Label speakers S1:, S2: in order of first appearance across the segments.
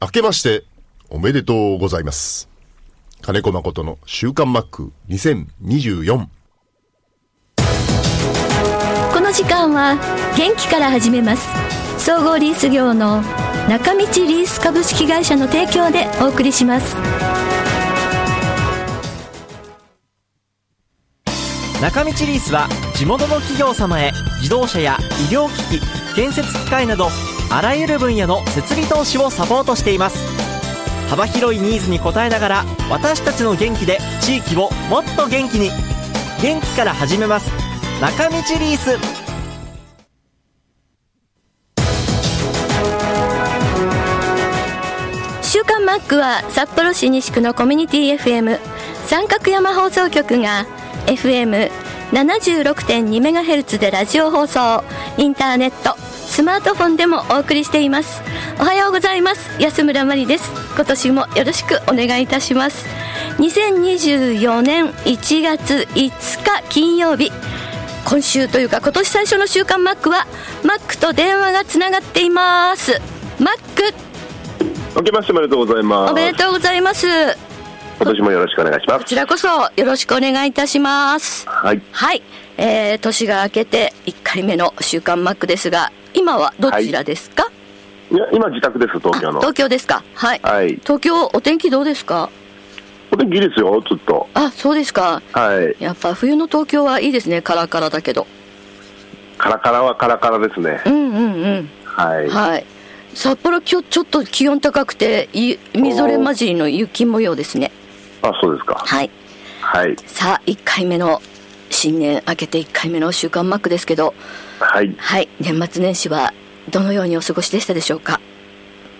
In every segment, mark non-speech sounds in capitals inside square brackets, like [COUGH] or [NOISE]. S1: 明けまして、おめでとうございます。金子誠の週刊マック2024。
S2: この時間は元気から始めます総合リース業の中道リース株式会社の提供でお送りします
S3: 中道リースは地元の企業様へ自動車や医療機器建設機械などあらゆる分野の設備投資をサポートしています幅広いニーズに応えながら私たちの元気で地域をもっと元気に元気から始めます中道リース
S2: 週刊マックは札幌市西区のコミュニティ FM 三角山放送局が FM76.2MHz でラジオ放送インターネットスマートフォンでもお送りしていますおはようございます安村真理です今年もよろしくお願いいたします2024年1月5日金曜日今週というか今年最初の週刊マックはマックと電話がつながっていますマック
S4: 明けましておめでとうございます。
S2: おめでとうございます。
S4: 今年もよろしくお願いしま
S2: こ
S4: す。
S2: ちらこそよろしくお願いいたします。
S4: はい。
S2: はい、えー、年が明けて1回目の週刊マックですが、今はどちらですか、
S4: いや、今自宅です、東京
S2: あ
S4: の。
S2: 東京ですかはい。
S4: はい
S2: 東京、お天気どうですか
S4: お天気いいですよ、ずっと。
S2: あ、そうですか。
S4: はい。
S2: やっぱ冬の東京はいいですね、カラカラだけど。
S4: カラカラはカラカラですね
S2: う。んうんうん。
S4: はい。
S2: はい。札幌、今日ちょっと気温高くて、いみぞれ混じりの雪模様ですね。
S4: あ、そうですか。
S2: はい。
S4: はい。
S2: さあ、1回目の、新年明けて1回目の週刊マックですけど、
S4: はい。
S2: はい、年末年始はどのようにお過ごしでしたでしょうか。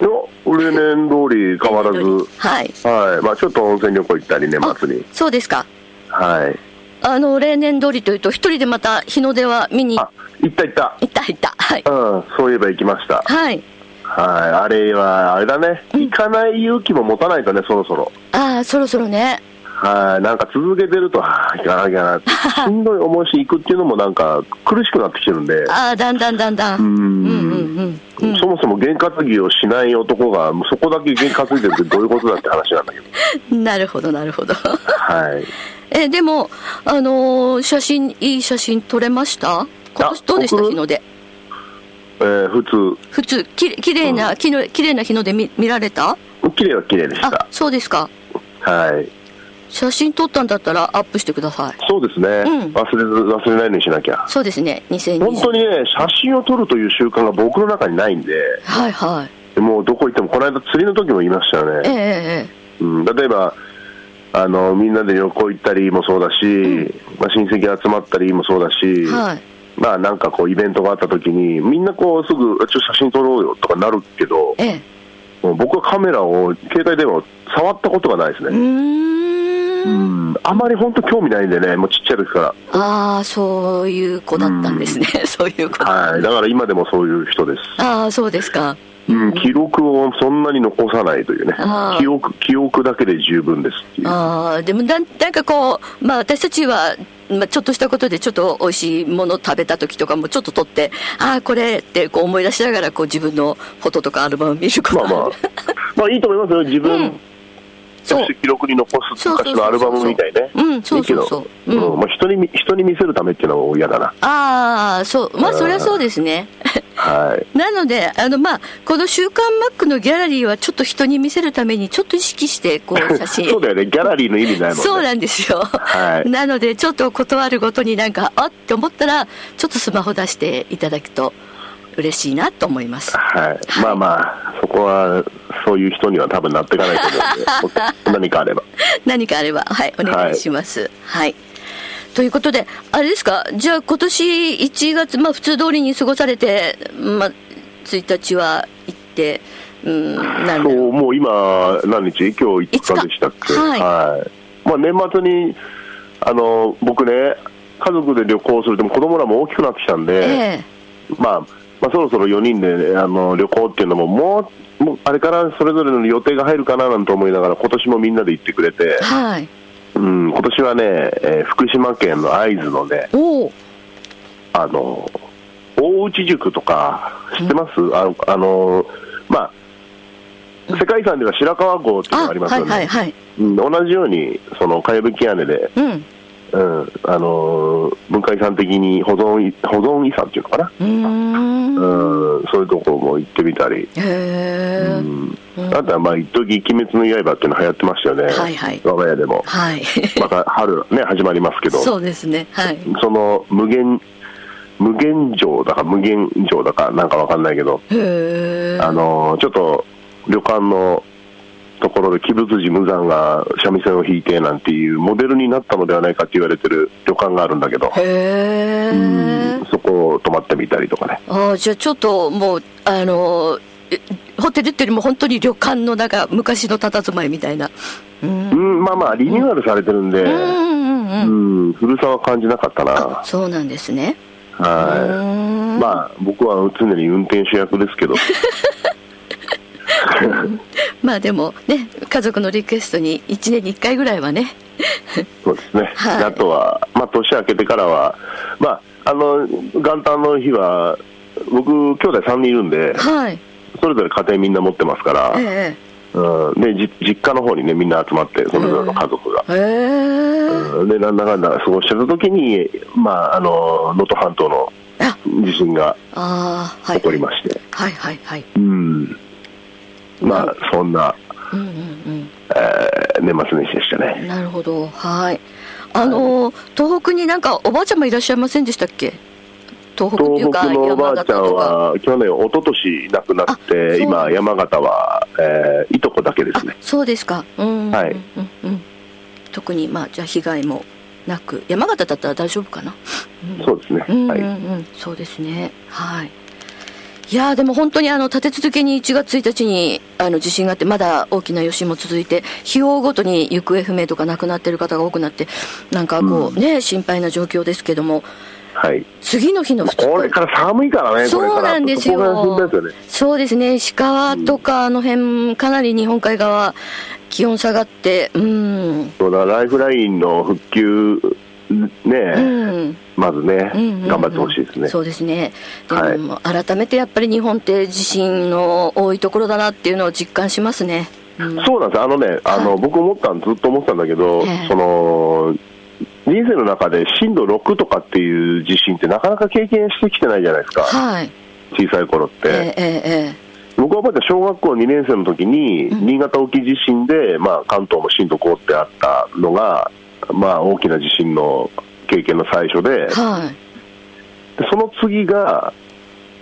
S4: いや例年通り変わらず、
S2: はい。
S4: はい。まあ、ちょっと温泉旅行行ったり、年
S2: あ
S4: 末に。、
S2: そうですか。
S4: はい。
S2: あの例年通りというと一人でまた日の出は見に行
S4: あ、行った行った。
S2: った行った。はい。
S4: うん、そういえば行きました。
S2: はい。
S4: はい。あれは、あれだね。行かない勇気も持たないとね、そろそろ。
S2: ああ、そろそろね。
S4: はい、なんか続けてると、 [LAUGHS] あーいかなきゃ
S2: [LAUGHS]
S4: な、しんどい思いし行くっていうのもなんか苦しくなってきてるんで、
S2: ああ、だんだんだんだん。
S4: う
S2: うんうん
S4: ん
S2: うん。
S4: そもそも験担ぎをしない男が、もうそこだけ験担いでるってどういうことだって話なんだけど、
S2: なるほどなるほど。 [LAUGHS]
S4: はい、
S2: えでもあのー写真いい写真撮れました。今年どうでした
S4: 僕
S2: 日の出。
S4: えー普
S2: 普通きれ綺麗な、きの綺麗な日の出見見られた？
S4: 通、綺麗は綺麗でし
S2: あ
S4: た、、
S2: そうですか。
S4: はい、
S2: 写真撮ったんだったらアップしてください。
S4: そうですね、
S2: うん
S4: 忘れず忘れないようにしなきゃ、
S2: そうですね。2020。
S4: 本当にね、写真を撮るという習慣が僕の中にないんで、
S2: はいはい。
S4: もうどこ行っても、この間、釣りの時も言いましたよね。
S2: ええええ。
S4: うん、例えばあのみんなで旅行行ったりもそうだし、まあ、親戚集まったりもそうだし、
S2: はい
S4: まあなんかこうイベントがあった時にみんなこうすぐあちょっと写真撮ろうよとかなるけど
S2: ええ。
S4: もう僕はカメラを携帯電話を触ったことがないです
S2: う
S4: ね、
S2: ーん。
S4: うん、あまり本当興味ないんでねもうちっちゃい時か
S2: ああ、そういう子だったんですね。そういう子
S4: ら、
S2: だ。
S4: はい、だから今でもそういう人です、
S2: ああ、そうですか。
S4: うん、記録をそんなに残さないというね
S2: あー
S4: 記憶記憶だけで十分ですっていう
S2: ああ、でもなん、なんかこう、まあ私たちは、まあちょっとしたことでちょっと美味しいもの食べた時とかもちょっと撮って、ああ、これってこう思い出しながらこう自分のフォトとかアルバム見ること
S4: まあまあ
S2: ある
S4: まあいいと思いますよ自分、
S2: うん
S4: そ
S2: そう
S4: して記録に残す
S2: そうそうそうそう
S4: 昔のアルバムみたいね。
S2: うんそうそうそう
S4: いいけど
S2: う
S4: うんんまあ人に見人に見せるためっていうのは嫌だな。
S2: ああ、そう。まあそりゃそうですね。 [LAUGHS]
S4: はい。
S2: なので、あの、まあ、この週刊マックのギャラリーはちょっと人に見せるためにちょっと意識して、こ [LAUGHS] う、写真。
S4: そうだよね。ギャラリーの意味ないもんね。
S2: そうなんですよ。
S4: はい
S2: なので、ちょっと断るごとになんか、あって思ったら、ちょっとスマホ出していただくと嬉しいなと思います。
S4: はい。まあまあそこはそういう人には多分なっていかないと思
S2: [LAUGHS]
S4: うんで何かあれば。
S2: 何かあれば、はい、お願いします。はい。ということで、あれですか、じゃあ今年1月、まあ普通通りに過ごされて、まあ、1日は行って、うん、なんだ
S4: そ
S2: ろう。
S4: うもう今何日今日5日でしたっけ。
S2: 五日はい
S4: まあ年末にあの僕ね家族で旅行するでも子供らも大きくなってきたんで。
S2: ええ。
S4: まあ、まあそろそろ4人で、ね、あの旅行っていうのももうもうあれからそれぞれの予定が入るかななんて思いながら今年もみんなで行ってくれて、
S2: はい。
S4: うん、今年はね、えー福島県の会津のね
S2: おお。
S4: あの大内塾とか知ってます、あのあのまあ世界遺産では白川郷っていうの
S2: あ
S4: があります
S2: は
S4: よ
S2: い
S4: ね、
S2: はいはい。
S4: うん、同じようにそのかやぶき屋根で、
S2: うん。
S4: うんあのー文化遺産的に保存い保存遺産っていうのかな、
S2: うーん。
S4: うん、そういうところも行ってみたり、
S2: へえ。
S4: あとはまあ一時鬼滅の刃っていうの流行ってましたよね、
S2: はいはい
S4: 我が家でも、
S2: はい。
S4: また春、ね、始まりますけど、
S2: [LAUGHS] そうですね。はい。
S4: その無限、無限城だか無限城だかなんかわかんないけど、
S2: へえ。
S4: あのーちょっと旅館のところで鬼舞辻無惨が三味線を弾いてなんていうモデルになったのではないかって言われてる旅館があるんだけど、
S2: へ
S4: う
S2: え
S4: ん。そこを泊まってみたりとかね。
S2: ああ、じゃあちょっともう、あの、えホテルっていうよりも本当に旅館のなんか昔の佇まいみたいな。うん。
S4: うん、まあまあ、リニューアルされてるんで、
S2: うんうんうん。
S4: うん、古さは感じなかったな。
S2: そうなんですね。う
S4: は
S2: ー
S4: い。
S2: ん
S4: まあ、僕は常に運転手役ですけど、
S2: [LAUGHS] まあでもね、家族のリクエストに1年に1回ぐらいはね。
S4: そうですね。
S2: はい
S4: あとは、まあ、年明けてからは、まあ、あの、元旦の日は、僕、兄弟3人いるんで、
S2: はい。
S4: それぞれ家庭みんな持ってますから、
S2: え
S4: うん、でじ実家の方にね、みんな集まって、それぞれの家族が。
S2: え。へえ。
S4: うんで、なんだかんだ過ごしてた時に、まあ、あの、能登半島の
S2: あ、
S4: 地震が
S2: ああ、はい。
S4: 起こりまして、
S2: はいはいはい。
S4: うん。まあ、そんな、
S2: うんうん
S4: えー年末年始でした
S2: う
S4: ね。
S2: ん。なるほど。はい。あのー、東北になんかおばあちゃんもいらっしゃいませんでしたっけ東北っていう
S4: 東
S2: か
S4: 北のおばあちゃん
S2: か。 [LAUGHS]
S4: は、去年、一昨年亡くなっ
S2: あそう
S4: て、
S2: なん
S4: 今、山形は、えーいとこだけで
S2: あ
S4: すね。、
S2: そうですか。うん。
S4: はい
S2: うんうんうん。特に、まあ、じゃあ被害もなく、山形だったら大丈夫かな。
S4: そうですね。
S2: うんう
S4: はい。
S2: んうん、そうですね。はい。いやーでも本当にあの立て続けに1月1日にあの地震があってまだ大きな余震も続いて日を追うごとに行方不明とか亡くなっている方が多くなってなんかこうね、心配な状況ですけども
S4: はい。
S2: 次の日の2日
S4: これから寒いからね、これから。
S2: そうなんです
S4: そこが心
S2: よ
S4: 配ですよね。。
S2: そうですね。石川とかあの辺かなり日本海側気温下がってうん
S4: そうだ、ライフラインの復旧、ね、
S2: うん。
S4: まずね、
S2: うんうんうん
S4: 頑張ってほしいですね。
S2: そうですね。でも、
S4: はい
S2: 改めてやっぱり日本って地震の多いところだなっていうのを実感しますね。うん
S4: そうなんですあのね、あの、
S2: は
S4: 僕思ったん、ずっと思ってたんだけど、
S2: ええ
S4: その、人生の中で震度6とかっていう地震ってなかなか経験してきてないじゃないですか、
S2: はい。
S4: 小さい頃って。
S2: ええええ
S4: 僕はまだ小学校2年生の時に、新潟沖地震で、まあ、関東も震度5ってあったのが、まあ、大きな地震の経験の最初で
S2: ええ、はい。
S4: でその次が、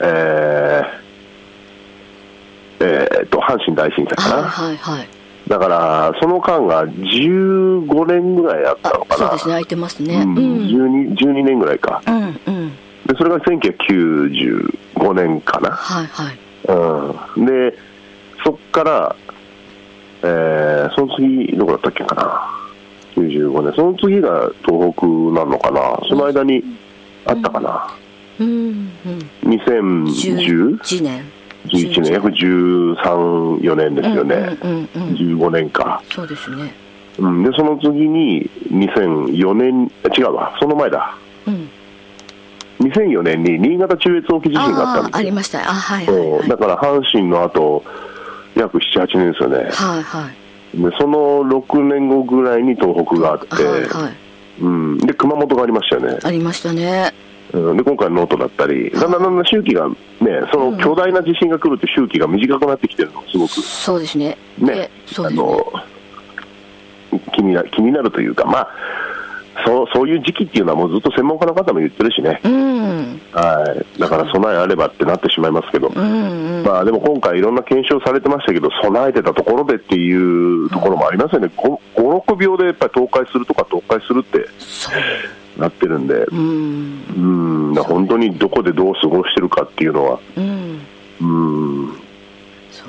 S4: えーえーっと阪神大震災か
S2: はい
S4: な、
S2: はいはい。
S4: だからその間が15年ぐらいあったの
S2: あ、
S4: か
S2: そう
S4: な、
S2: ですね。空いてますね。う。
S4: うんん
S2: うん
S4: 12 12年ぐらいか、
S2: うん。
S4: でそれが1995年かな。
S2: はいはい。
S4: うん、で、そっから、えー、その次、どこだったっけかな、95年、その次が東北なのかな、その間にあったかな、
S2: うんうん。
S4: 2010?
S2: 11年。
S4: 11年、約13、4年ですよね、
S2: うんうんうんうん。
S4: 15年か、
S2: そうですね。
S4: うん、で、その次に2004年、あ違うわ、その前だ、
S2: うん。
S4: 2004年に新潟中越沖地震があった
S2: あ
S4: ん
S2: あ、あ
S4: です
S2: り
S4: よ、
S2: ました。あ、はいはい
S4: そ
S2: は
S4: うだ
S2: い。
S4: から阪神の後約7、8年ですよね。
S2: はいはい。
S4: でその6年後ぐらいに東北があって、
S2: はいはい。
S4: うん、で熊本がありましたよね、
S2: ありましたね。
S4: うん、で今回、能登だったり、だんだんだんだん周期がね、その巨大な地震が来るって周期が短くなってきてるの、すごく
S2: そうですね。
S4: ね
S2: で、そう
S4: あ
S2: ですね。
S4: の気にな気になるというか、まあそう、そういう時期っていうのは、もうずっと専門家の方も言ってるしね、
S2: うん。
S4: はい、だから備えあればってなってしまいますけど。
S2: うんうん、
S4: まあでも今回いろんな検証されてましたけど、備えてたところでっていうところもありますよね。5、6秒でやっぱり倒壊するとか倒壊するって
S2: そう。
S4: なってるんで、
S2: うん、
S4: うん、本当にどこでどう過ごしてるかっていうのは、
S2: うん、
S4: うん、っ
S2: そ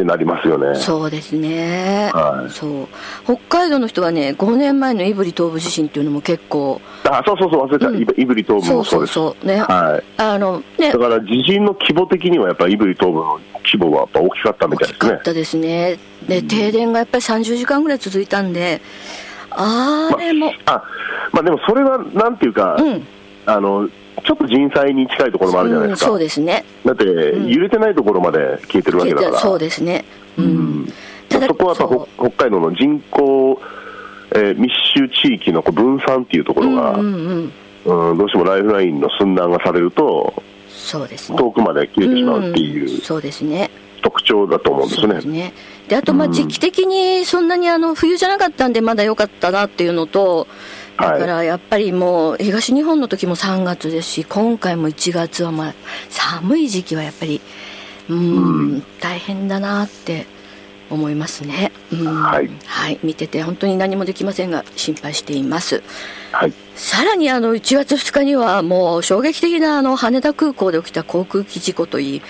S4: てなりますよね。
S2: う、そうですね。
S4: はい
S2: そう。北海道の人はね、5年前の胆振東部地震っていうのも結構、
S4: あ、そうそうそう、忘れた。
S2: うん
S4: イブイブリ東部
S2: そ
S4: も
S2: う
S4: そ
S2: そうう
S4: です。
S2: そう、ね、
S4: はい。
S2: あの、ね
S4: だ、から地震の規模的にはやっぱりイブリ東部の規模はやっぱ大きかった
S2: 大
S4: みたい
S2: き
S4: で
S2: か
S4: すね
S2: っ。たですね。で、停電がやっぱり30時間ぐらい続いたんで、あれも、
S4: あ、まあでもそれはなんていうか、
S2: うん、
S4: あの、ちょっと人災に近いところもあるじゃないですか。
S2: そうですね。
S4: だって、揺れてないところまで消えてるわけだから。
S2: そうですね。うん。ただ
S4: そこはやっぱ
S2: そう
S4: ほ北海道の人口、えー密集地域のこう分散っていうところが、
S2: うんうん。
S4: うんどうしてもライフラインの寸断がされると、
S2: そうですね。
S4: 遠くまで切れてしまうっていう
S2: そうですね。
S4: 特徴だと思うんです
S2: そう
S4: ね
S2: で。すね。で、あと、まあ、時期的にそんなにあの、冬じゃなかったんで、まだ良かったなっていうのと、
S4: はい
S2: だからやっぱりもう、東日本の時も3月ですし、今回も1月は、まあ、寒い時期はやっぱり、うーん、大変だなって思いますね。うん
S4: はい
S2: はい。見てて、本当に何もできませんが、心配しています。
S4: はい。
S2: さらにあの1月2日にはもう衝撃的なあの羽田空港で起きた航空機事故といい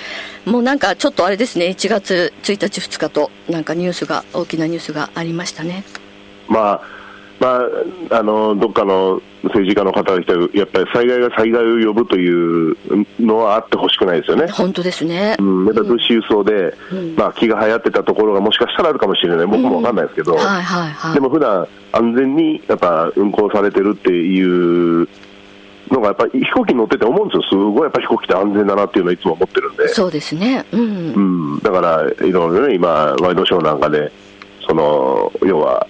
S2: もうなんかちょっとあれですね1月1日2日となんかニュースが大きなニュースがありましたね
S4: まあ、まあ、あの、どっかの政治家の方が来たらやっぱり災害が災害を呼ぶというのはあってほしくないですよね。
S2: 本当ですね、
S4: うん、また物資輸送で、まあ、気が流行ってたところがもしかしたらあるかもしれない、僕もわかんないですけど、
S2: はいはいはい
S4: でも普段安全にやっぱ運航されてるっていうのが、やっぱり飛行機に乗ってて思うんですよ、すごいやっぱ飛行機って安全だなっていうのはいつも思ってるんで、
S2: そうですねうん、
S4: うん、だからいろいろね、今、ワイドショーなんかで、その要は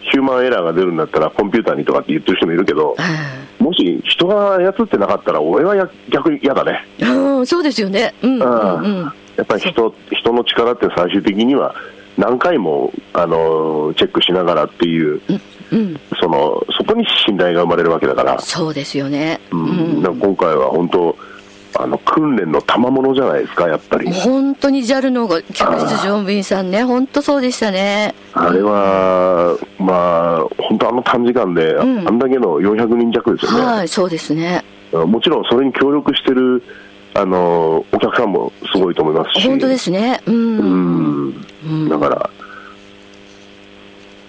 S4: ヒューマンエラーが出るんだったら、コンピューターにとかって言ってる人もいるけど、もし人が操ってなかったら、俺はや逆に嫌だね。
S2: うんうん、そうですよねうんうんうん
S4: やっぱり人人の力って最終的には何回もあのチェックしながらっていう、そのそこに信頼が生まれるわけだから、
S2: そうですよね、
S4: うんだから今回は本当あの訓練の賜物じゃないですかやっぱり、
S2: 本当に JAL の客室乗務員さんね本当そうでしたね
S4: あれはまあ本当あの短時間で、あんだけの400人弱ですよね、
S2: はいそうですね
S4: もちろんそれに協力してるあのお客さんもすごいと思いますし
S2: 本当ですねうん
S4: うんだから、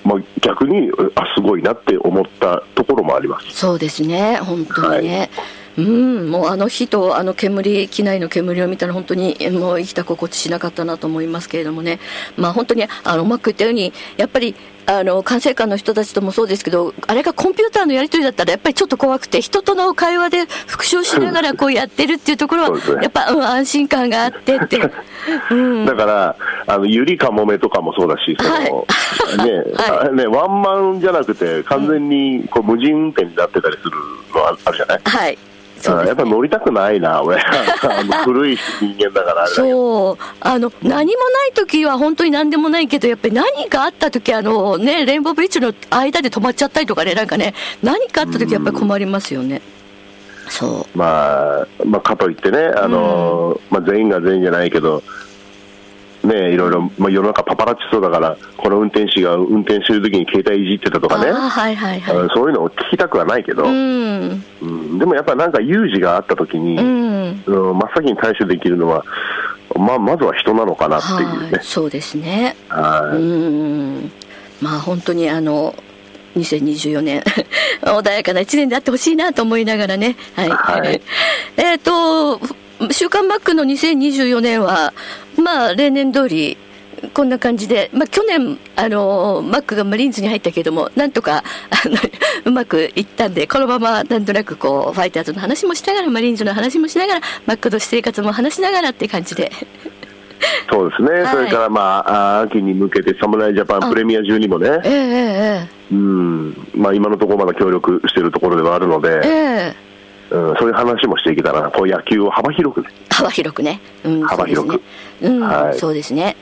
S4: まあ、逆にあすごいなって思ったところもあります。
S2: そうですね、本当にね。
S4: は
S2: うん、もうあの火とあの煙、機内の煙を見たら本当にもう生きた心地しなかったなと思いますけれどもね。まあ本当にあのうまく言ったように、やっぱりあの管制官の人たちともそうですけど、あれがコンピューターのやり取りだったらやっぱりちょっと怖くて、人との会話で復唱しながらこうやってるっていうところ
S4: そうです
S2: は、
S4: ね
S2: やっぱ、うん、安心感があってって。
S4: [LAUGHS] だから、あの、ゆりかもめとかもそうだし、その、ね、
S2: [LAUGHS] は
S4: あね、ワンマンじゃなくて、完全に、こう、無人運転になってたりするのああるじゃない
S2: はい。そう
S4: あ
S2: です
S4: やっぱ乗りたくない
S2: [LAUGHS]
S4: な、俺。あの古い人間だからあれだけど
S2: そうあの何もない時は本当に何でもないけどやっぱり何かあった時あのねレインボーブリッジの間で止まっちゃったりとかねなんかね何かあった時やっぱり困りますよねそ
S4: まあ、まあ、かといってね、あの、まあ、全員が全員じゃないけど、ね、いろいろ、まあ、世の中パパラッチそうだから、この運転手が運転してる時に携帯いじってたと
S2: う、
S4: かね。
S2: ああはいはい
S4: あ
S2: は
S4: のそういうのを聞きたくはないけど、
S2: いうん
S4: うんでもやっぱなんか有事があった時に、
S2: うん
S4: うん真っ先に対処できるのは、まあ、まずは人なのかなっていう
S2: は
S4: ね
S2: い、そうですね
S4: は
S2: う
S4: い
S2: んまあ本当にあの2024年 [LAUGHS] 穏やかな一年であってほしいなと思いながらねはい、
S4: はい
S2: えっ、と「週刊マック」の2024年はまあ例年通りこんな感じで、まあ、去年あのマックがマリーンズに入ったけどもなんとかあの [LAUGHS] うまくいったんでこのままなんとなくこうファイターズの話もしながらマリーンズの話もしながらマックの私生活も話しながらって感じで
S4: そうですね、
S2: い
S4: それから、まあ、あー秋に向けて、侍ジャパンプレミア中にもね、
S2: えええ
S4: うんまあ、今のところまだ協力しているところではあるので、
S2: えええ
S4: うん、そういう話もしていけたらな、こう野球を幅広くね、
S2: 幅広くね、うん、
S4: 幅広く
S2: そうですねうん、
S4: はい
S2: そうですね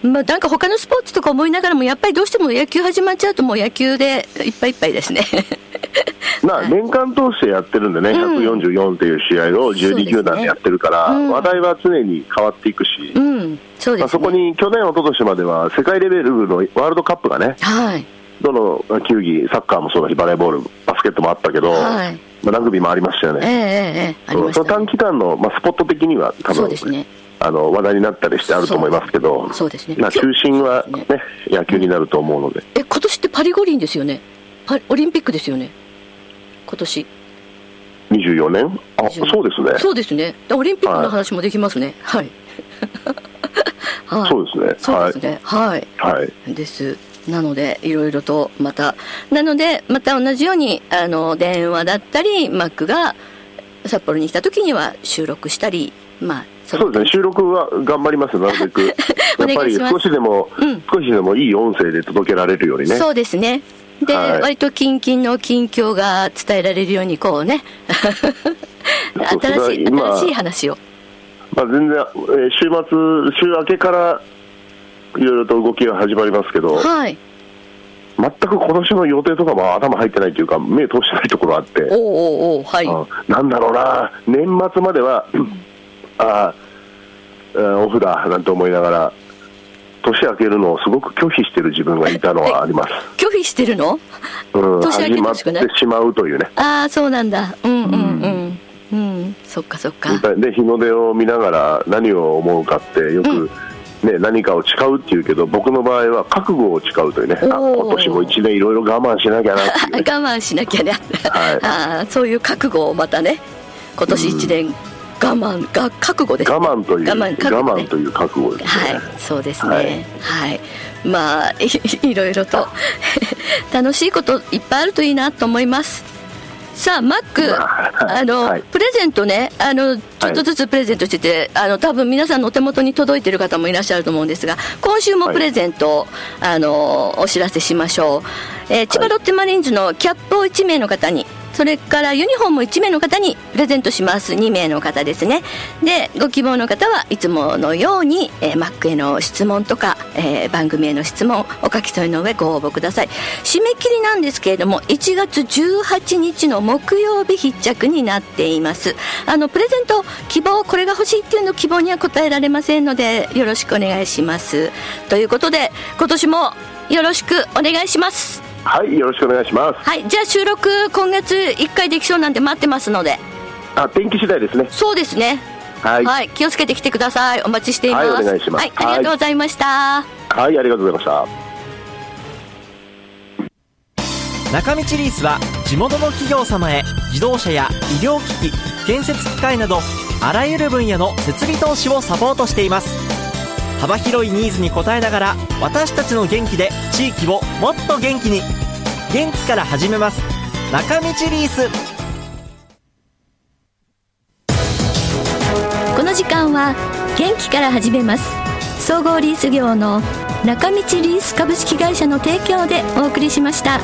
S2: まあ、なんか他のスポーツとか思いながらもやっぱりどうしても野球始まっちゃうともう野球でいっぱいいっぱいですね [LAUGHS]
S4: まあ、年間通してやってるんでね、144っていう試合
S2: そ
S4: を
S2: うです
S4: 12
S2: ね
S4: 球団でやってるから、話題は常に変わっていくし、
S2: うんそうですね
S4: まあ、そこに去年、一昨年までは世界レベルのワールドカップがね、
S2: はい
S4: どの球技、サッカーもそうだし、バレーボール、バスケットもあったけど、
S2: はい
S4: まあ、ラグビーもありましたよ
S2: えええええ
S4: ね、
S2: えありまし
S4: その
S2: た
S4: 短
S2: ね
S4: 期間の、まあ、スポット的には、多
S2: そう
S4: 分
S2: ですね
S4: あの話題になったりしてあると思いますけど、
S2: そうですね
S4: まあ、中心は、
S2: そう
S4: ね
S2: です、
S4: 野球になると思うので、
S2: え今年ってパリ五輪ですよねパオリンピックですよね今年
S4: 24年、あそうですね、
S2: そうですねだオリンピックの話もできますね
S4: [LAUGHS]
S2: はい、はい、
S4: そうですね
S2: そうですねはい
S4: はい、
S2: です。なので、いろいろとまた、なので、また同じように、あの、電話だったり、マックが、札幌に来た時には収録したり、まあ、その
S4: そうですね、収録は頑張ります、なる
S2: [LAUGHS]
S4: べく。や
S2: お
S4: っぱ
S2: 願い
S4: り
S2: します
S4: 少しでも、
S2: うん
S4: 少しでもいい音声で届けられるようにね。
S2: そうですね。で、
S4: はい
S2: 割と近々の近況が伝えられるようにこう
S4: [LAUGHS]
S2: ね
S4: そう
S2: 新しい
S4: それは今
S2: 新しい話を
S4: まあ、全然、えー週末、週明けから、いろいろと動きが始まりますけど、
S2: はい
S4: 全く今年の予定とかも頭入ってないというか、目通してないところあって
S2: お、うおうおうはい
S4: あなんだろうな、年末までは、あーあ、オフだなんて思いながら、年明けるのをすごく拒否してる自分がいたのはあります。
S2: 拒否してるの [LAUGHS]
S4: うん、
S2: 年明け
S4: 始ま
S2: 楽
S4: っ
S2: してくない
S4: しまうというね。
S2: ああそうなんだうんうんうんうん、そっかそっか
S4: で日の出を見ながら何を思うかってよく、ね、何かを誓うっていうけど僕の場合は覚悟を誓うというねあ
S2: おー
S4: 今年も一年いろいろ我慢しなきゃなっていう
S2: [LAUGHS] 我
S4: ね
S2: 慢しなきゃね、
S4: はい
S2: ああそういう覚悟をまたね今年一年我慢が覚悟ですね
S4: 我慢という
S2: 我慢覚悟ね
S4: 我慢という覚悟ですね、
S2: はい、そうですね。はい、まあいい [LAUGHS] ろいろと [LAUGHS] 楽しいこといっぱいあるといいなと思います。さあマック、
S4: [LAUGHS] はい
S2: あの、
S4: はい
S2: プレゼントね、あのちょっとずつプレゼントしてて、あの多分皆さんのお手元に届いてる方もいらっしゃると思うんですが、今週もプレゼントを、あのお知らせしましょう、えー千葉ロッテマリーンズのキャップを1名の方に。それからユニフォーム1名の方にプレゼントします2名の方ですねでご希望の方はいつものように、えーマックへの質問とか、えー番組への質問お書き添えの上ご応募ください締め切りなんですけれども1月18日の木曜日必着になっていますあのプレゼント希望これが欲しいっていうの希望には答えられませんのでよろしくお願いしますということで今年もよろしくお願いします
S4: はい、よろしくお願いします
S2: はいじゃあ収録今月1回できそうなんで待ってますので
S4: あ天気次第ですね
S2: そうですね
S4: はいは、
S2: はいい気をつけて来てくださいお待ちしています
S4: はいお願いしま
S2: は
S4: す
S2: いありがとうございました、
S4: ありがとうございました
S3: 中道リースは地元の企業様へ自動車や医療機器建設機械などあらゆる分野の設備投資をサポートしています幅広いニーズに応えながら私たちの元気で地域をもっと元気に元気から始めます中道リース
S2: この時間は元気から始めます総合リース業の中道リース株式会社の提供でお送りしました